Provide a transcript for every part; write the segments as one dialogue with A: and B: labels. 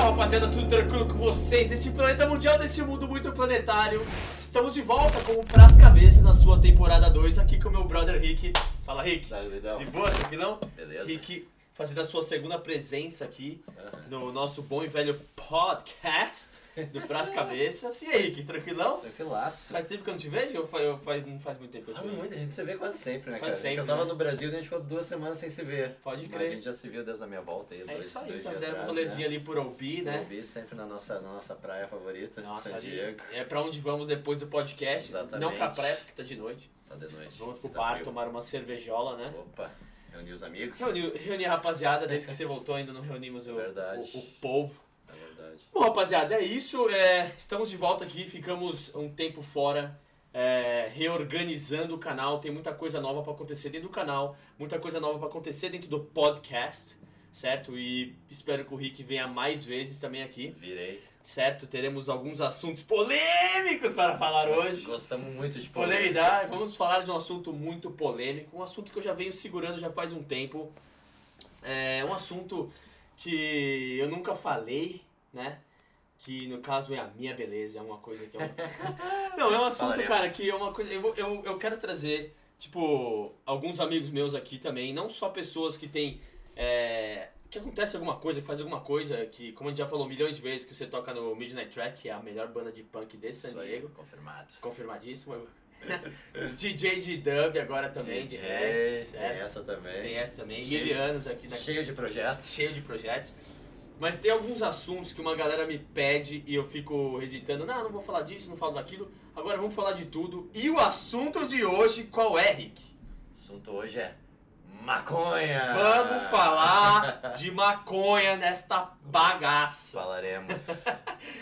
A: rapaziada, tudo tranquilo com vocês? Este planeta mundial deste mundo muito planetário. Estamos de volta com o Pras Cabeças na sua temporada 2, aqui com o meu brother Rick. Fala, Rick.
B: Tá, doidão?
A: De boa, tranquilão?
B: Beleza.
A: Rick fazendo a sua segunda presença aqui no nosso bom e velho podcast do Pras Cabeças. E aí, Rick, tranquilão?
B: Tranquilaço.
A: Faz tempo que eu não te vejo ou faz, ou faz- não faz muito tempo que eu te
B: Faz
A: vejo?
B: muito, a gente se vê quase sempre, né,
A: Quase
B: cara?
A: sempre,
B: eu tava
A: né?
B: no Brasil e a gente ficou duas semanas sem se ver.
A: Pode
B: Mas
A: crer.
B: a gente já se viu desde a minha volta aí,
A: É
B: dois,
A: isso aí,
B: dois
A: tá
B: dias
A: dando um
B: atrás,
A: rolezinho
B: né?
A: ali por Albi,
B: Eu
A: né?
B: vi sempre na nossa, na nossa praia favorita de
A: Nossa,
B: San
A: ali
B: Diego.
A: é pra onde vamos depois do podcast.
B: Exatamente.
A: Não pra praia, porque tá de noite.
B: Tá de noite.
A: Vamos pro
B: tá
A: bar
B: frio.
A: tomar uma cervejola, né?
B: Opa, reunir os amigos.
A: Reuni, reuni a rapaziada, desde que você voltou ainda não reunimos o,
B: Verdade.
A: o- o povo.
B: Na É verdade.
A: Bom, rapaziada, é isso. é, estamos de volta aqui, ficamos um tempo fora, é, reorganizando o canal. Tem muita coisa nova pra acontecer dentro do canal, muita coisa nova pra acontecer dentro do podcast, certo? E espero que o Rick venha mais vezes também aqui,
B: Virei.
A: certo? Teremos alguns assuntos polêmicos para falar hoje.
B: Gostamos muito de
A: Poleidar, vamos falar de um assunto muito polêmico, um assunto que eu já venho segurando já faz um tempo. É um assunto que eu nunca falei, né? Que no caso é a minha beleza, é uma coisa que eu. Não, é um assunto,
B: Falaremos.
A: cara, que é uma coisa. Eu, vou- eu, eu quero trazer, tipo, alguns amigos meus aqui também, não só pessoas que têm. é, que acontece alguma coisa, que faz alguma coisa, que, como a gente já falou milhões de vezes, que você toca no Midnight Track, que é a melhor banda de punk de San
B: Isso aí,
A: Diego.
B: confirmado.
A: Confirmadíssimo. DJ de dub agora também, de rap,
B: DJ, tem
A: certo?
B: essa também.
A: Tem essa também.
B: Cheio de-
A: Milianos aqui na
B: Cheio de projetos.
A: cheio de projetos. Mas tem alguns assuntos que uma galera me pede e eu fico hesitando. Não, não vou falar disso, não falo daquilo. Agora vamos falar de tudo. E o assunto de hoje, qual é, Rick?
B: O assunto hoje é maconha.
A: Vamos falar de maconha nesta bagaça.
B: Falaremos.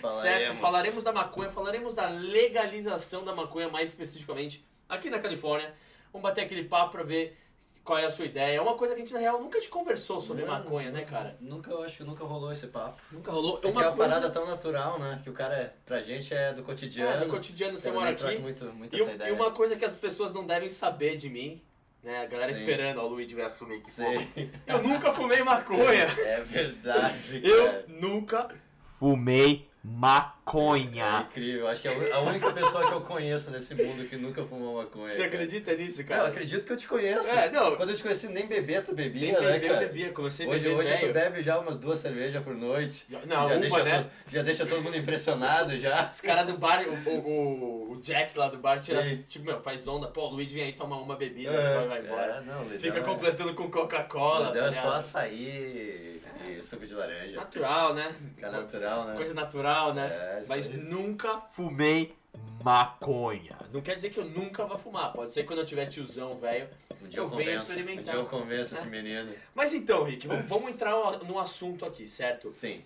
A: Certo, falaremos da maconha, falaremos da legalização da maconha mais especificamente aqui na Califórnia. Vamos bater aquele papo pra ver qual é a sua ideia. É uma coisa que a gente, na real, nunca te conversou sobre
B: Mano,
A: maconha, né, cara?
B: Nunca, eu acho que nunca rolou esse papo.
A: Nunca rolou. É
B: Porque
A: uma
B: é uma
A: coisa
B: parada tão natural, né? Que o cara, pra gente, é do cotidiano.
A: é, no cotidiano, você
B: Eu
A: mora
B: nem troco
A: aqui.
B: Muito, muito
A: E,
B: essa
A: um-
B: ideia.
A: e uma coisa que as pessoas não devem saber de mim, né? A galera
B: Sim.
A: esperando, ó, o Luigi vai assumir que fuma.
B: Sei.
A: Eu nunca fumei maconha.
B: É verdade,
A: Eu
B: cara.
A: nunca fumei
B: É
A: maconha.
B: incrível. Acho que é a un- a única pessoa que eu conheço nesse mundo que nunca fumou maconha.
A: Você
B: cara.
A: acredita nisso,
B: Não, eu
A: cara?
B: acredito que eu te conheço.
A: É, não.
B: Quando eu te conheci, nem bebê tu bebia,
A: Nem
B: né,
A: bebia,
B: cara?
A: bebia. Comecei a
B: Hoje,
A: beber
B: hoje tu
A: velho.
B: bebe já umas duas cervejas por noite.
A: Não,
B: já
A: uma,
B: deixa
A: né?
B: todo- já deixa todo mundo impressionado já.
A: Os caras do bar, o, o, o Jack lá do bar, tira,
B: Sim.
A: tipo, meu, faz onda. Pô, o Luigi vem aí tomar uma bebida
B: É,
A: só e vai embora.
B: é, não, o Lidl
A: Fica
B: é-
A: completando com
B: o
A: Coca-Cola.
B: Lidl
A: tá
B: é só
A: ligado?
B: açaí e suco de laranja.
A: Natural, né?
B: Fica natural, né?
A: Coisa natural, né?
B: É, isso
A: Mas
B: aí.
A: nunca fumei maconha. Não quer dizer que eu nunca vá fumar. Pode ser quando eu tiver tiozão, velho.
B: um dia
A: eu
B: eu
A: venho
B: convenço. Um
A: experimentar. É.
B: dia eu convenço esse menino.
A: Mas então, Rick, vamos, vamos entrar num assunto aqui, certo?
B: Sim,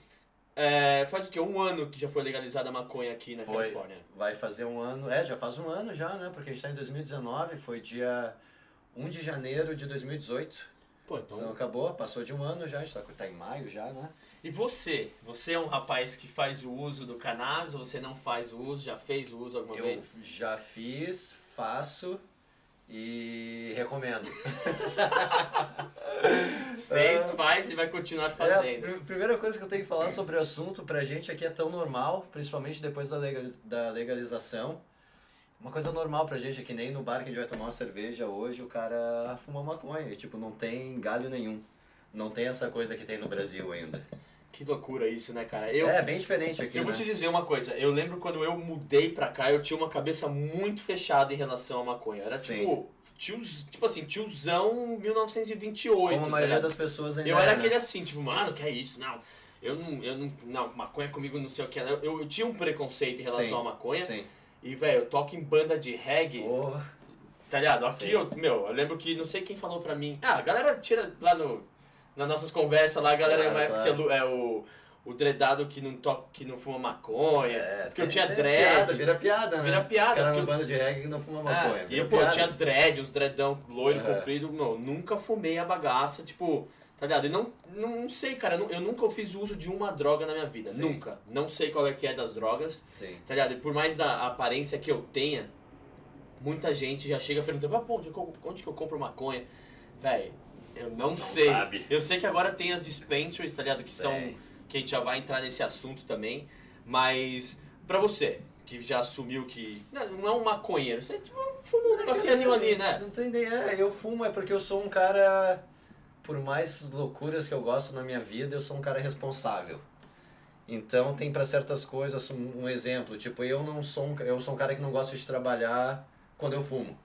A: É, faz o quê? Um ano que já foi legalizada a maconha aqui na
B: foi.
A: Califórnia.
B: Vai fazer um ano. É, já faz um ano já, né? Porque a gente tá em 2019, foi dia 1 de janeiro de 2018.
A: Pô,
B: Então
A: então.
B: acabou, passou de um ano já, a gente tá, tá em maio já, né?
A: E você? Você é um rapaz que faz o uso do cannabis ou você não faz o uso? Já fez o uso alguma
B: Eu
A: vez?
B: já fiz, faço e recomendo.
A: Fez, faz e vai continuar fazendo.
B: É, a pr- primeira coisa que eu tenho que falar sobre o assunto pra gente aqui é tão normal, principalmente depois da, legaliz- da legalização. Uma coisa normal pra gente é que nem no bar que a gente vai tomar uma cerveja hoje, o cara fuma maconha. E, tipo, não tem galho nenhum. Não tem essa coisa que tem no Brasil ainda.
A: Que loucura isso, né, cara? Eu,
B: é bem diferente aqui.
A: eu vou
B: né?
A: te dizer uma coisa. Eu lembro quando eu mudei pra cá, eu tinha uma cabeça muito fechada em relação à maconha. Era
B: Sim.
A: tipo, tios, tipo assim, tiozão 1928.
B: Como a
A: tá
B: maioria
A: ligado?
B: das pessoas ainda
A: Eu era
B: é, né?
A: aquele assim, tipo, mano, que é isso? Não. Eu não, eu não, não, maconha comigo não sei o que é. Eu, eu tinha um preconceito em relação
B: Sim,
A: à maconha.
B: Sim.
A: E, velho, eu toco em banda de reggae.
B: Porra,
A: Tá ligado? Aqui
B: Sim.
A: eu, meu, eu lembro que não sei quem falou pra mim. Ah, a galera tira lá no. Nas nossas conversas lá, a galera
B: Claro,
A: vai que
B: claro.
A: tinha lu- é o. O dredado que não, toca, que não fuma maconha.
B: é,
A: porque eu
B: tem-
A: tinha
B: tem
A: dread.
B: essa piada, vira piada, né?
A: Vira piada,
B: O cara
A: porque
B: no
A: eu-
B: bando de reggae que não fuma
A: Ah,
B: maconha.
A: e
B: vira
A: eu, pô, eu
B: piada.
A: tinha dread, uns dreadão loiro,
B: Aham.
A: comprido. Meu, nunca fumei a bagaça, tipo. Tá ligado? E não, não sei, cara. Eu, nu- eu nunca fiz uso de uma droga na minha vida.
B: Sim.
A: Nunca. Não sei qual é que é das drogas.
B: Sim.
A: Tá ligado? E por mais a, a aparência que eu tenha, muita gente já chega perguntando, ah, pô, onde, eu co- onde que eu compro maconha? Véi, eu não, sei.
B: sabe. É.
A: Eu sei que agora tem as dispensaries, tá ligado? Que são.
B: Tem.
A: que a gente já vai entrar nesse assunto também. Mas, pra você, que já assumiu que. Não, não é um maconheiro, você tipo, fuma um passeio ali, né?
B: Não tem nem. É, eu fumo é porque eu sou um cara. Por mais loucuras que eu gosto na minha vida, eu sou um cara responsável. Então tem para certas coisas um um exemplo, tipo, eu não sou um, ca- eu sou um cara que não gosta de trabalhar quando eu fumo.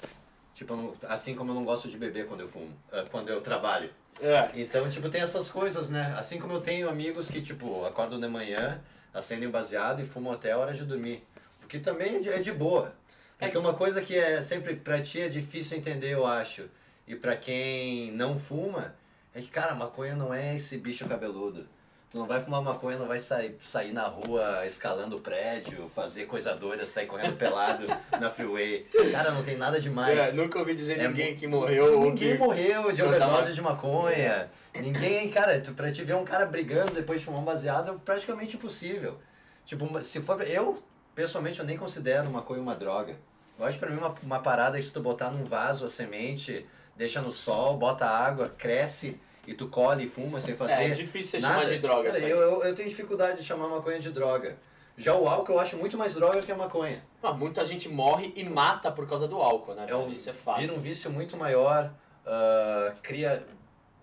B: Tipo, eu não- assim como eu não gosto de beber quando eu fumo, ah, quando eu trabalho.
A: É.
B: Então, tipo, tem essas coisas, né? Assim como eu tenho amigos que, tipo, acordam de manhã, acendem o baseado e fumam até a hora de dormir. O que também é de, é de boa. Porque uma coisa que é sempre pra ti é difícil entender, eu acho, e pra quem não fuma, é que, cara, maconha não é esse bicho cabeludo. Tu não vai fumar maconha, não vai sair, sair na rua escalando o prédio, fazer coisa doida, sair correndo pelado na freeway. Cara, não tem nada demais.
A: É, nunca ouvi dizer
B: É
A: ninguém
B: mu-
A: que morreu. ou
B: Ninguém
A: que-
B: morreu de
A: Eu tava-
B: overdose de maconha. Ninguém, cara, tu, pra te ver um cara brigando depois de fumar um baseado é praticamente impossível. Tipo, uma- se for. Eu, pessoalmente, eu nem considero maconha uma droga. Eu acho pra mim uma, uma parada é se tu botar num vaso a semente, deixa no sol, bota água, cresce e tu colhe e fuma sem fazer.
A: É, é difícil você chamar de droga.
B: Cara,
A: isso aí.
B: eu, eu, eu tenho dificuldade de chamar maconha de droga. Já o álcool eu acho muito mais droga que a maconha.
A: Ah, muita gente morre e mata por causa do álcool, né?
B: É um-
A: Isso é fato.
B: Vira um vício muito maior, ah, cria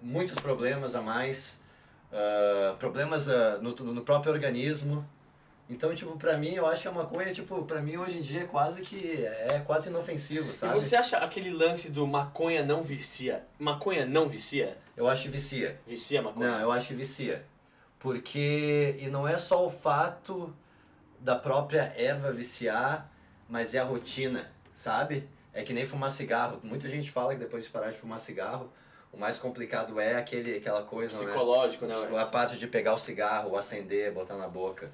B: muitos problemas a mais, ah, problemas ah, no, no próprio organismo. Então, tipo, pra mim, eu acho que a maconha, tipo, pra mim hoje em dia é quase que, é quase inofensivo,
A: E
B: sabe?
A: você acha aquele lance do maconha não vicia? Maconha não vicia?
B: Eu acho que vicia.
A: Vicia maconha?
B: Não, eu acho que vicia. Porque, e não é só o fato da própria erva viciar, mas é a rotina, sabe? É que nem fumar cigarro. Muita gente fala que depois de parar de fumar cigarro, o mais complicado é aquele, aquela coisa, né?
A: Psicológico, né?
B: A parte de pegar o cigarro, acender, botar na boca.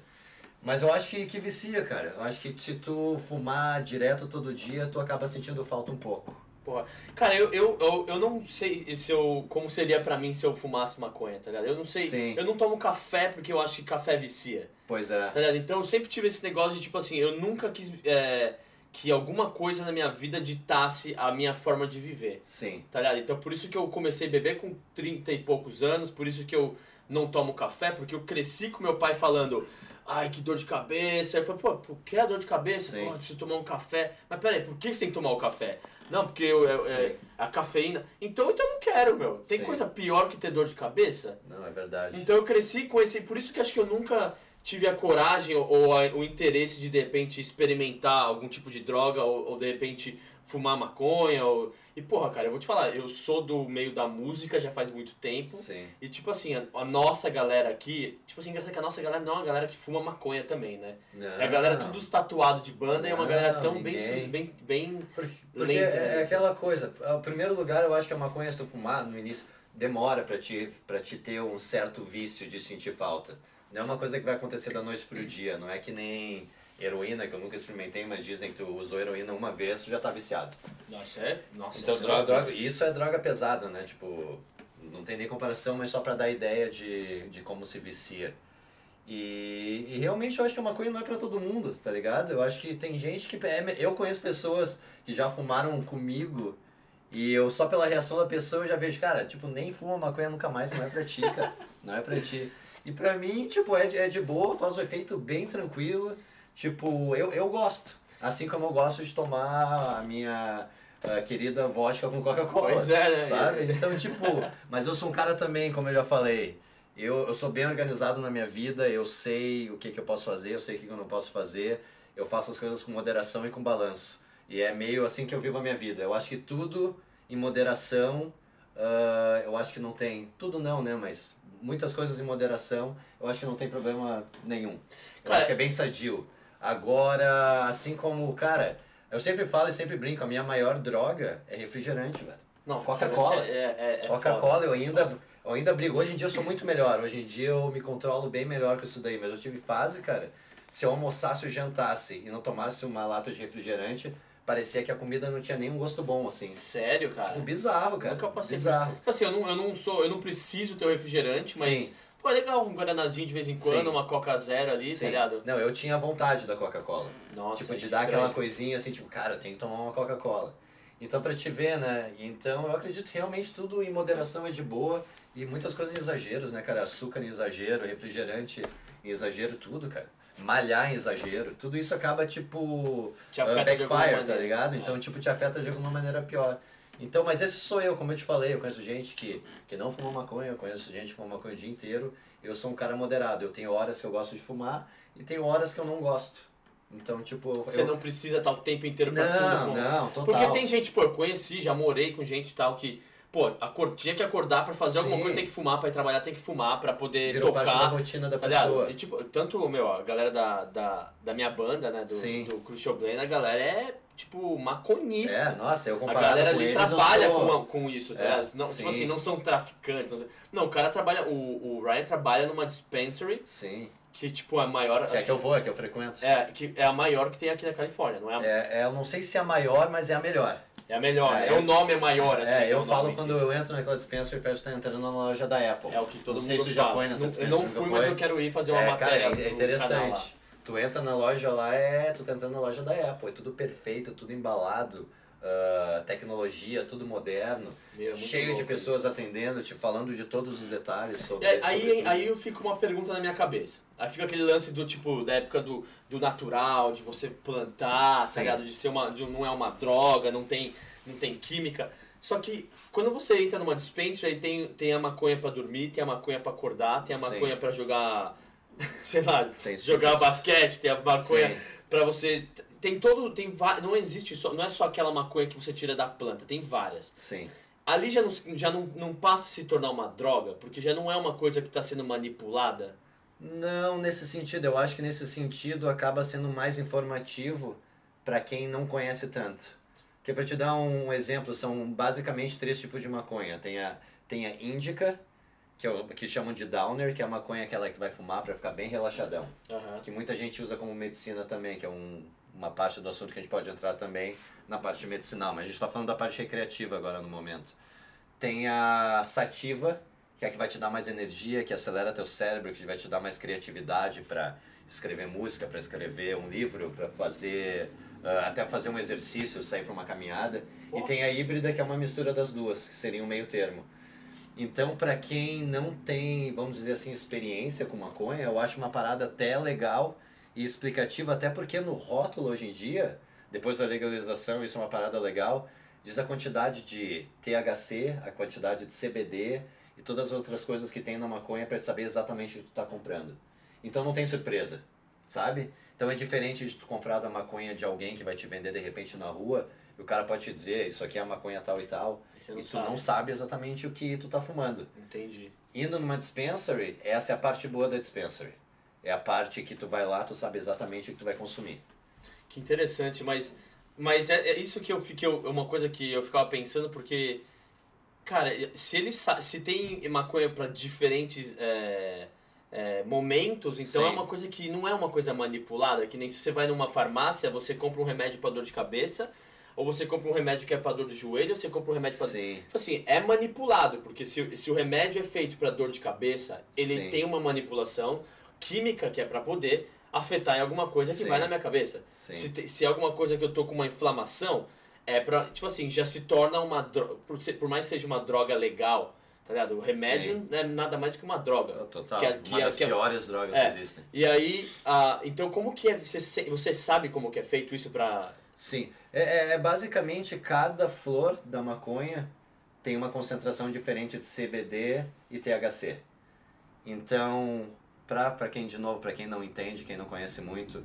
B: Mas eu acho que, que vicia, cara. Eu acho que se tu fumar direto todo dia, tu acaba sentindo falta um pouco.
A: Porra. Cara, eu, eu, eu, eu não sei se eu, como seria pra mim se eu fumasse maconha, tá ligado? Eu não sei.
B: Sim.
A: Eu não tomo café porque eu acho que café vicia,
B: Pois é.
A: tá ligado? Então eu sempre tive esse negócio de tipo assim, eu nunca quis é, que alguma coisa na minha vida ditasse a minha forma de viver.
B: Sim.
A: Tá ligado? Então por isso que eu comecei a beber com 30 e poucos anos, por isso que eu não tomo café, porque eu cresci com meu pai falando, ai, que dor de cabeça. Aí eu falei, pô, por que a dor de cabeça?
B: Sim.
A: Pô, eu preciso tomar um café. Mas peraí, por que você tem que tomar o café? Não, porque eu, eu- é,
B: Sim.
A: a cafeína. Então, então eu não quero, meu. Tem
B: Sim.
A: coisa pior que ter dor de cabeça?
B: Não, é verdade.
A: Então eu cresci com esse. Por isso que acho que eu nunca tive a coragem ou, ou a- o interesse de de repente experimentar algum tipo de droga ou, ou, de repente fumar maconha. Ou... E porra, cara, eu vou te falar, eu sou do meio da música já faz muito tempo.
B: Sim.
A: E tipo assim, a, a nossa galera aqui. Tipo assim, engraçado que a nossa galera não é uma galera que fuma maconha também, né? É a galera
B: Não.
A: tudo tatuado de banda e é uma galera
B: Ah. Não,
A: tão bem,
B: ninguém.
A: sus- bem. bem.
B: Porque, porque
A: Lento,
B: é,
A: né?
B: é aquela coisa. Em primeiro lugar, eu acho que a maconha, se tu fumar no início, demora pra te, pra te ter um certo vício de sentir falta. Não é uma coisa que vai acontecer da noite pro dia. Não é que nem heroína, que eu nunca experimentei, mas dizem que tu usou heroína uma vez, tu já tá viciado.
A: Nossa, é? Nossa,
B: Então,
A: isso é
B: droga,
A: loucura.
B: droga- isso é droga pesada, né? Tipo, não tem nem comparação, mas só pra dar ideia de, de como se vicia. E, e realmente eu acho que a maconha não é pra todo mundo, tá ligado? Eu acho que tem gente que. é- eu conheço pessoas que já fumaram comigo e eu só pela reação da pessoa eu já vejo, cara, tipo, nem fuma maconha nunca mais, não é pra ti, cara. Não é pra ti. E pra mim, tipo, é de, é de boa, faz o efeito bem tranquilo. Tipo, eu, eu gosto. Assim como eu gosto de tomar a minha ah, querida vodka com Coca-Cola.
A: Pois é, né?
B: Sabe? Então, tipo, mas eu sou um cara também, como eu já falei. Eu, eu sou bem organizado na minha vida, eu sei o que, que eu posso fazer, eu sei o que, que eu não posso fazer. Eu faço as coisas com moderação e com balanço. E é meio assim que eu vivo a minha vida. Eu acho que tudo em moderação, ah, eu acho que não tem. Tudo não, né? Mas muitas coisas em moderação, eu acho que não tem problema nenhum. Eu
A: Cara,
B: acho que é bem sadio. Agora, assim como, cara, eu sempre falo e sempre brinco, a minha maior droga é refrigerante, velho.
A: Não,
B: Coca-Cola.
A: É, é, é foda.
B: Coca-Cola, eu ainda, eu ainda brigo. Hoje em dia eu sou muito melhor. Hoje em dia eu me controlo bem melhor com isso daí. Mas eu tive fase, cara, se eu almoçasse ou jantasse e não tomasse uma lata de refrigerante, parecia que a comida não tinha nenhum gosto bom, assim.
A: Sério, cara?
B: Tipo, bizarro, cara.
A: Nunca passei por
B: bizarro.
A: Tipo assim, eu não, eu não sou, eu não preciso ter um refrigerante, mas.
B: Sim.
A: Pô, é legal um guaranazinho de vez em quando,
B: Sim.
A: uma Coca Zero ali, tá
B: Sim.
A: ligado?
B: Não, eu tinha vontade da Coca-Cola.
A: Nossa,
B: tipo, de
A: é
B: dar
A: estranho.
B: aquela coisinha assim, tipo, cara, eu tenho que tomar uma Coca-Cola. Então, pra te ver, né? Então, eu acredito que realmente tudo em moderação é de boa. E muitas coisas em exageros, né, cara? Açúcar em exagero, refrigerante em exagero, tudo, cara. Malhar em exagero, tudo isso acaba, tipo,
A: Te
B: ah,
A: afeta de alguma
B: backfire, tá
A: maneira.
B: ligado?
A: É.
B: Então, tipo, te afeta de alguma maneira pior. Então, mas esse sou eu, como eu te falei, eu conheço gente que, que não fuma maconha, eu conheço gente que fuma maconha o dia inteiro. Eu sou um cara moderado, eu tenho horas que eu gosto de fumar e tem horas que eu não gosto. Então, tipo, eu-
A: Você não precisa estar o tempo inteiro pra tudo.
B: não,
A: pô.
B: não, total.
A: Porque tem gente, pô, eu conheci, já morei com gente e tal que, pô, acor- tinha que acordar pra fazer alguma
B: Sim.
A: coisa, tem que fumar, pra ir trabalhar tem que fumar, pra poder
B: Virou parte da
A: tocar.
B: rotina da
A: Tá ligado?
B: pessoa.
A: E, tipo, tanto, meu, a galera da, da, da minha banda, né,
B: Sim.
A: do, do Crucial Blend, a galera é, tipo, maconhista.
B: É, nossa, eu
A: A
B: comparado
A: galera
B: com
A: ali
B: eles,
A: trabalha
B: eu sou...
A: com, com isso, tá
B: É,
A: ligado? Não,
B: sim.
A: tipo assim, não são traficantes. Não, não, o cara trabalha. O, o Ryan trabalha numa dispensary
B: Sim,
A: que, tipo, é a maior.
B: que é
A: acho
B: que eu vou, é que eu frequento.
A: que- é, que é a maior que tem aqui na Califórnia, não é a, é,
B: É, é, eu não sei se é a maior, mas é a melhor.
A: a melhor.
B: É,
A: É, o nome é maior, assim.
B: é,
A: o
B: eu
A: nome
B: falo
A: em si.
B: quando eu entro naquela dispensa e parece que tá entrando na loja da Apple.
A: É o que todo
B: Não
A: mundo
B: sei se tu já
A: fala.
B: foi nessa
A: Não- Eu
B: dispensary,
A: não
B: nunca
A: fui, mas
B: foi?
A: eu quero ir fazer uma
B: é,
A: matéria.
B: cara,
A: pro
B: é-
A: canal
B: é
A: lá.
B: interessante. Tu entra na loja lá, é, tu tá entrando na loja da Apple, é tudo perfeito, tudo embalado, ah, tecnologia, tudo moderno,
A: Meu, é muito
B: cheio de
A: louco
B: pessoas
A: isso.
B: atendendo, te falando de todos os detalhes sobre
A: E É, aí,
B: sobre
A: aí,
B: tudo.
A: aí eu fico uma pergunta na minha cabeça. Aí fica aquele lance do tipo, da época do, do natural, de você plantar,
B: Sim.
A: tá ligado? De ser uma. de não é uma droga, não tem, não tem química. Só que quando você entra numa dispensary, aí tem, tem a maconha pra dormir, tem a maconha pra acordar, tem a
B: Sim. É
A: maconha pra jogar. sei lá,
B: Tem
A: jogar
B: sucos.
A: basquete, tem a maconha
B: Sim.
A: Pra você. Tem todo. Tem, va- não existe só. Não é só aquela maconha que você tira da planta, tem várias.
B: Sim.
A: Ali já não, se- já não, não passa a se tornar uma droga, porque já não é uma coisa que tá sendo manipulada.
B: Não nesse sentido, eu acho que nesse sentido acaba sendo mais informativo para quem não conhece tanto. Porque para te dar um exemplo, são basicamente três tipos de maconha. Tem a, tem a índica, que, é o, que chamam de downer, que é a maconha aquela que tu vai fumar para ficar bem relaxadão.
A: Aham.
B: Que muita gente usa como medicina também, que é um, uma parte do assunto que a gente pode entrar também na parte medicinal. Mas a gente está falando da parte recreativa agora no momento. Tem a sativa, que é a que vai te dar mais energia, que acelera teu cérebro, que vai te dar mais criatividade para escrever música, para escrever um livro, para fazer ah, até fazer um exercício, sair para uma caminhada. E tem a híbrida, que é uma mistura das duas, que seria um meio termo. Então, para quem não tem, vamos dizer assim, experiência com maconha, eu acho uma parada até legal e explicativa, até porque no rótulo hoje em dia, depois da legalização, isso é uma parada legal, diz a quantidade de THC, a quantidade de CBD e todas as outras coisas que tem na maconha para saber exatamente o que tu tá comprando. Então não tem surpresa, sabe? Então é diferente de tu comprar da maconha de alguém que vai te vender de repente na rua, e o cara pode te dizer, isso aqui é a maconha tal e tal,
A: Você não
B: e tu
A: Então, sabe.
B: não sabe exatamente o que tu tá fumando.
A: Entendi.
B: Indo numa dispensary, essa é a parte boa da dispensary. É a parte que tu vai lá, tu sabe exatamente o que tu vai consumir.
A: Que interessante, mas. Mas é, é isso que eu fiquei. eu- É uma coisa que eu ficava pensando, porque. Cara, se ele sa- se tem maconha pra diferentes é, é, momentos, então
B: Sim.
A: é uma coisa que não é uma coisa manipulada, que nem se você vai numa farmácia, você compra um remédio pra dor de cabeça, ou você compra um remédio que é pra dor do joelho, ou você compra um remédio pra
B: Sim,
A: Tipo assim, é manipulado, porque se, se o remédio é feito pra dor de cabeça, ele
B: Sim.
A: tem uma manipulação química que é pra poder afetar em alguma coisa que
B: Sim.
A: vai na minha cabeça.
B: sim.
A: Se, te- se é alguma coisa que eu tô com uma inflamação, é pra. Tipo assim, já se torna uma droga. Por, ser- por mais que seja uma droga legal, tá ligado? O remédio é nada mais que uma droga.
B: Total.
A: que é- que
B: uma
A: é-
B: das
A: que é-
B: piores drogas
A: é.
B: que existem.
A: E aí, ah, então como que é. Você, se- você sabe como que é feito isso pra.
B: Sim. É, é- é basicamente cada flor da maconha tem uma concentração diferente de CBD e THC. Então, pra, pra quem, de novo, pra quem não entende, quem não conhece muito,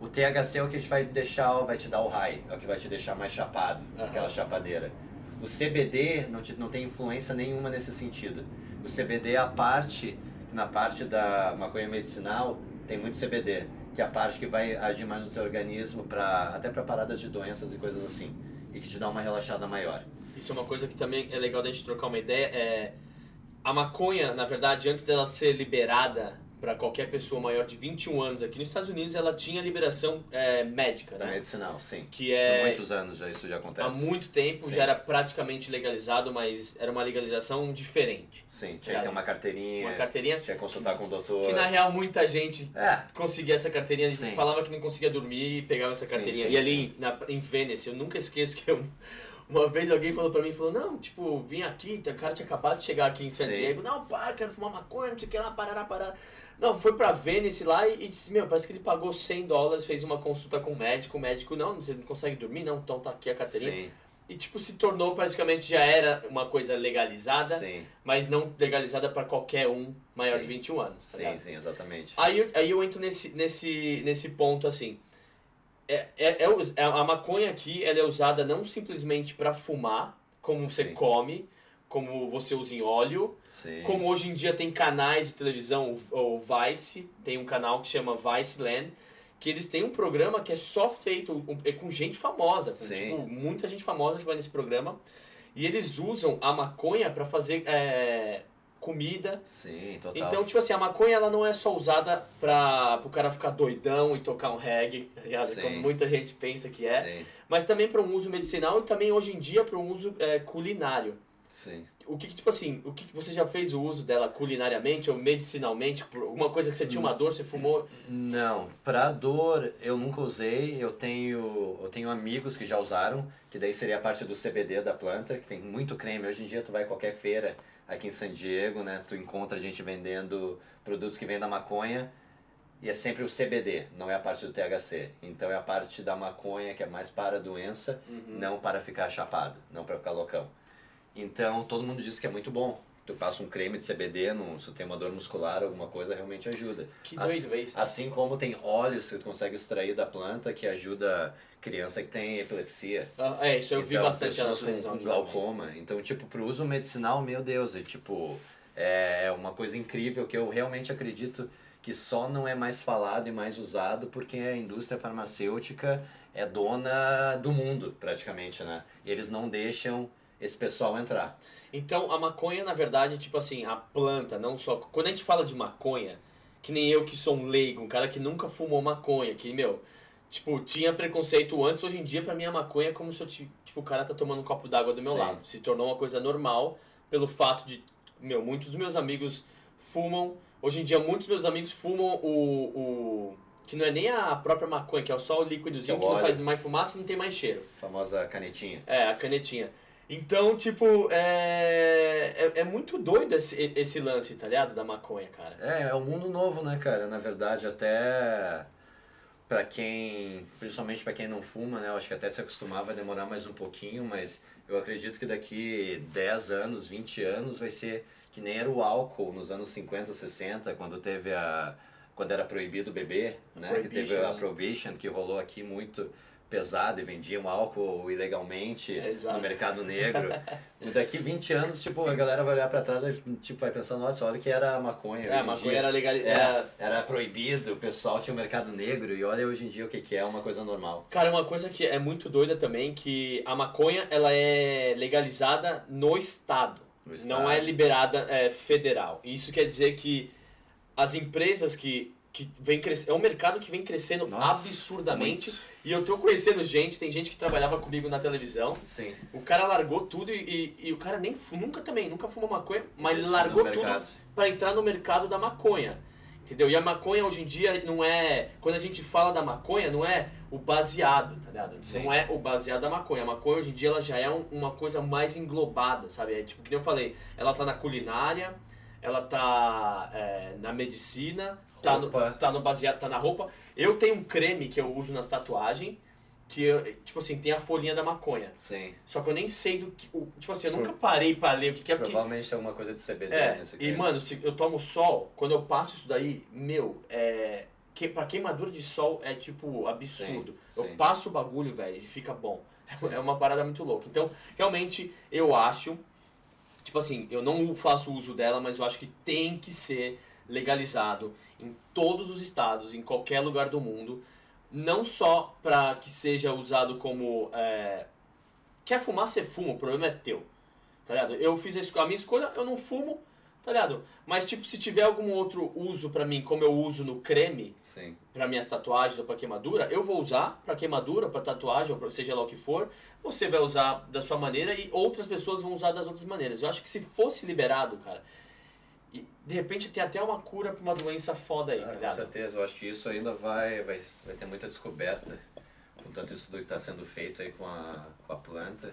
B: o THC é o que te vai deixar, ó, vai te dar o high, é o que vai te deixar mais chapado,
A: Aham.
B: aquela chapadeira. O CBD não, te, não tem influência nenhuma nesse sentido. O CBD é a parte, na parte da maconha medicinal, tem muito CBD, que é a parte que vai agir mais no seu organismo, pra, até para paradas de doenças e coisas assim, e que te dá uma relaxada maior.
A: Isso é uma coisa que também é legal da gente trocar uma ideia. É a maconha, na verdade, antes dela ser liberada para qualquer pessoa maior de 21 anos aqui nos Estados Unidos, ela tinha liberação é, médica,
B: Da
A: né?
B: medicinal, sim.
A: Que
B: Por
A: é
B: muitos anos já isso já
A: há
B: acontece.
A: muito tempo
B: Sim.
A: já era praticamente legalizado, mas era uma legalização diferente.
B: Sim, tinha que ter uma carteirinha,
A: Uma carteirinha
B: tinha que consultar com o doutor.
A: que na real muita gente
B: É,
A: conseguia essa carteirinha,
B: Sim.
A: falava que não conseguia dormir e pegava essa
B: Sim,
A: carteirinha.
B: sim,
A: e ali na- em Vênice, eu nunca esqueço que eu- Uma vez alguém falou pra mim, falou, não, tipo, vim aqui, o cara tinha acabado de chegar aqui em San
B: Sim.
A: Diego. Não, pá, quero fumar maconha, não sei o que lá, parará, parará. Não, foi pra Vênice lá e, e disse, meu, parece que ele pagou 100 dólares, fez uma consulta com o médico, o médico, não, você não consegue dormir, não, então tá aqui a carteirinha.
B: Sim,
A: E, tipo, se tornou praticamente, já era uma coisa legalizada,
B: sim,
A: mas não legalizada pra qualquer um maior de
B: Sim.
A: 21 anos, tá
B: sim,
A: ligado?
B: sim, exatamente.
A: Aí, eu- aí eu entro nesse, nesse, nesse ponto assim. É, é, é us- é- a maconha aqui ela é usada não simplesmente para fumar, como você
B: Sim.
A: come, como você usa em óleo,
B: Sim.
A: como hoje em dia tem canais de televisão, o, o Vice, tem um canal que chama Vice Land, que eles têm um programa que é só feito um- é com gente famosa, com,
B: Sim.
A: tipo, muita gente famosa que vai nesse programa, e eles usam a maconha para fazer é, comida,
B: Sim, total.
A: então, tipo assim, a maconha ela não é só usada pra o cara ficar doidão e tocar um reggae, tá ligado?
B: Sim.
A: Como muita gente pensa que é.
B: Sim,
A: Mas também pra um uso medicinal e também hoje em dia pra um uso é, culinário.
B: sim.
A: O que, que, tipo assim, o que que você já fez o uso dela culinariamente ou medicinalmente? Por alguma coisa que você tinha uma
B: Hum.
A: dor, você fumou?
B: Não, pra dor eu nunca usei. Eu tenho, eu tenho amigos que já usaram, que daí seria a parte do CBD da planta, que tem muito creme. Hoje em dia tu vai a qualquer feira aqui em San Diego, né? Tu encontra gente vendendo produtos que vêm da maconha. E é sempre o CBD, não é a parte do THC. Então é a parte da maconha que é mais para a doença,
A: Hum.
B: não para ficar chapado, não para ficar loucão. Então todo mundo diz que é muito bom. Tu passa um creme de CBD, num, se tu tem uma dor muscular, alguma coisa, realmente ajuda.
A: Que
B: Assim-
A: doido é isso.
B: Assim como tem óleos que tu consegue extrair da planta que ajuda criança que tem epilepsia.
A: Ah, é, isso eu vi
B: Então,
A: bastante na
B: pessoas com,
A: televisão.
B: com
A: aqui também.
B: glaucoma. Então, tipo, pro uso medicinal, meu Deus, é tipo, é uma coisa incrível que eu realmente acredito que só não é mais falado e mais usado porque a indústria farmacêutica é dona do mundo, praticamente, né? Eles não deixam esse pessoal entrar.
A: Então, a maconha, na verdade, tipo assim, a planta, não só. Quando a gente fala de maconha, que nem eu que sou um leigo, um cara que nunca fumou maconha, que, meu, tipo, tinha preconceito antes, hoje em dia, pra mim, a maconha é como se eu, ti- tipo, o cara tá tomando um copo d'água do meu
B: Sim.
A: lado. Se tornou uma coisa normal pelo fato de, meu, muitos dos meus amigos fumam. Hoje em dia, muitos dos meus amigos fumam o. o que não é nem a própria maconha, que é só o líquidozinho
B: Que
A: que,
B: é o
A: não
B: óleo.
A: faz mais fumaça e não tem mais cheiro.
B: A famosa canetinha.
A: É, a canetinha. Então, tipo, é, é, é muito doido esse, esse lance, tá ligado? Da maconha, cara.
B: É, é um mundo novo, né, cara? Na verdade, até pra quem, principalmente pra quem não fuma, né? Eu acho que até se acostumar vai demorar mais um pouquinho, mas eu acredito que daqui 10 anos, 20 anos vai ser que nem era o álcool nos anos 50, 60, quando teve a quando era proibido beber,
A: A
B: né? Que teve
A: prohibition,
B: a
A: né?
B: prohibition que rolou aqui muito pesado e vendiam álcool ilegalmente
A: É, exato.
B: no mercado negro. E daqui 20 anos, tipo, a galera vai olhar pra trás e tipo, vai pensando, nossa, olha o que era a maconha.
A: É,
B: hoje
A: a
B: em
A: maconha
B: dia."
A: era legal.
B: É,
A: Era,
B: era proibido, o pessoal tinha o mercado negro e olha hoje em dia o que, que é, uma coisa normal.
A: cara, uma coisa que é muito doida também, que a maconha, ela é legalizada no estado.
B: No
A: Não
B: estado.
A: é liberada é, federal. E Isso quer dizer que as empresas que, que vem crescendo... É um mercado que vem crescendo
B: Nossa,
A: absurdamente. E eu tô conhecendo gente, tem gente que trabalhava comigo na televisão.
B: Sim.
A: O cara largou tudo e, e, e o cara nem fu- nunca também, nunca fumou maconha, mas
B: Investiu
A: largou
B: no
A: tudo
B: mercado.
A: pra entrar no mercado da maconha. Entendeu? E a maconha hoje em dia não é. Quando a gente fala da maconha, não é o baseado, tá ligado?
B: Sim.
A: Não é o baseado da maconha. A maconha hoje em dia ela já é um- uma coisa mais englobada, sabe? É tipo, que nem eu falei, ela tá na culinária, ela tá é, na medicina, tá no,
B: Roupa.
A: tá no baseado, tá na roupa. Eu tenho um creme que eu uso nas tatuagens, que, eu- tipo assim, tem a folhinha da maconha.
B: Sim.
A: Só que eu nem sei do que. o- Tipo assim, eu nunca parei pra ler o que, que é porque.
B: Provavelmente tem alguma coisa de CBD
A: É,
B: nesse
A: e
B: creme.
A: mano, se eu tomo sol, quando eu passo isso daí, meu, é. Que, pra queimadura de sol é tipo absurdo.
B: Sim,
A: eu
B: sim.
A: passo o bagulho, velho, e fica bom.
B: Sim.
A: É uma parada muito louca. Então, realmente, eu acho. Tipo assim, eu não faço uso dela, mas eu acho que tem que ser legalizado em todos os estados, em qualquer lugar do mundo. Não só pra que seja usado como. é, Quer fumar, você fuma, o problema é teu. Tá ligado? Eu fiz a, esco- a minha escolha, eu não fumo, tá ligado? Mas, tipo, se tiver algum outro uso pra mim, como eu uso no creme,
B: Sim.
A: para minhas tatuagens ou para queimadura, eu vou usar para queimadura, para tatuagem ou pra seja lá o que for. Você vai usar da sua maneira e outras pessoas vão usar das outras maneiras. Eu acho que se fosse liberado, cara, e de repente tem até uma cura para uma doença foda aí, tá
B: Ah, com
A: ligado?
B: certeza, eu acho que isso ainda vai, vai, vai tá ter muita descoberta com tanto estudo que está sendo feito aí com a, com a planta.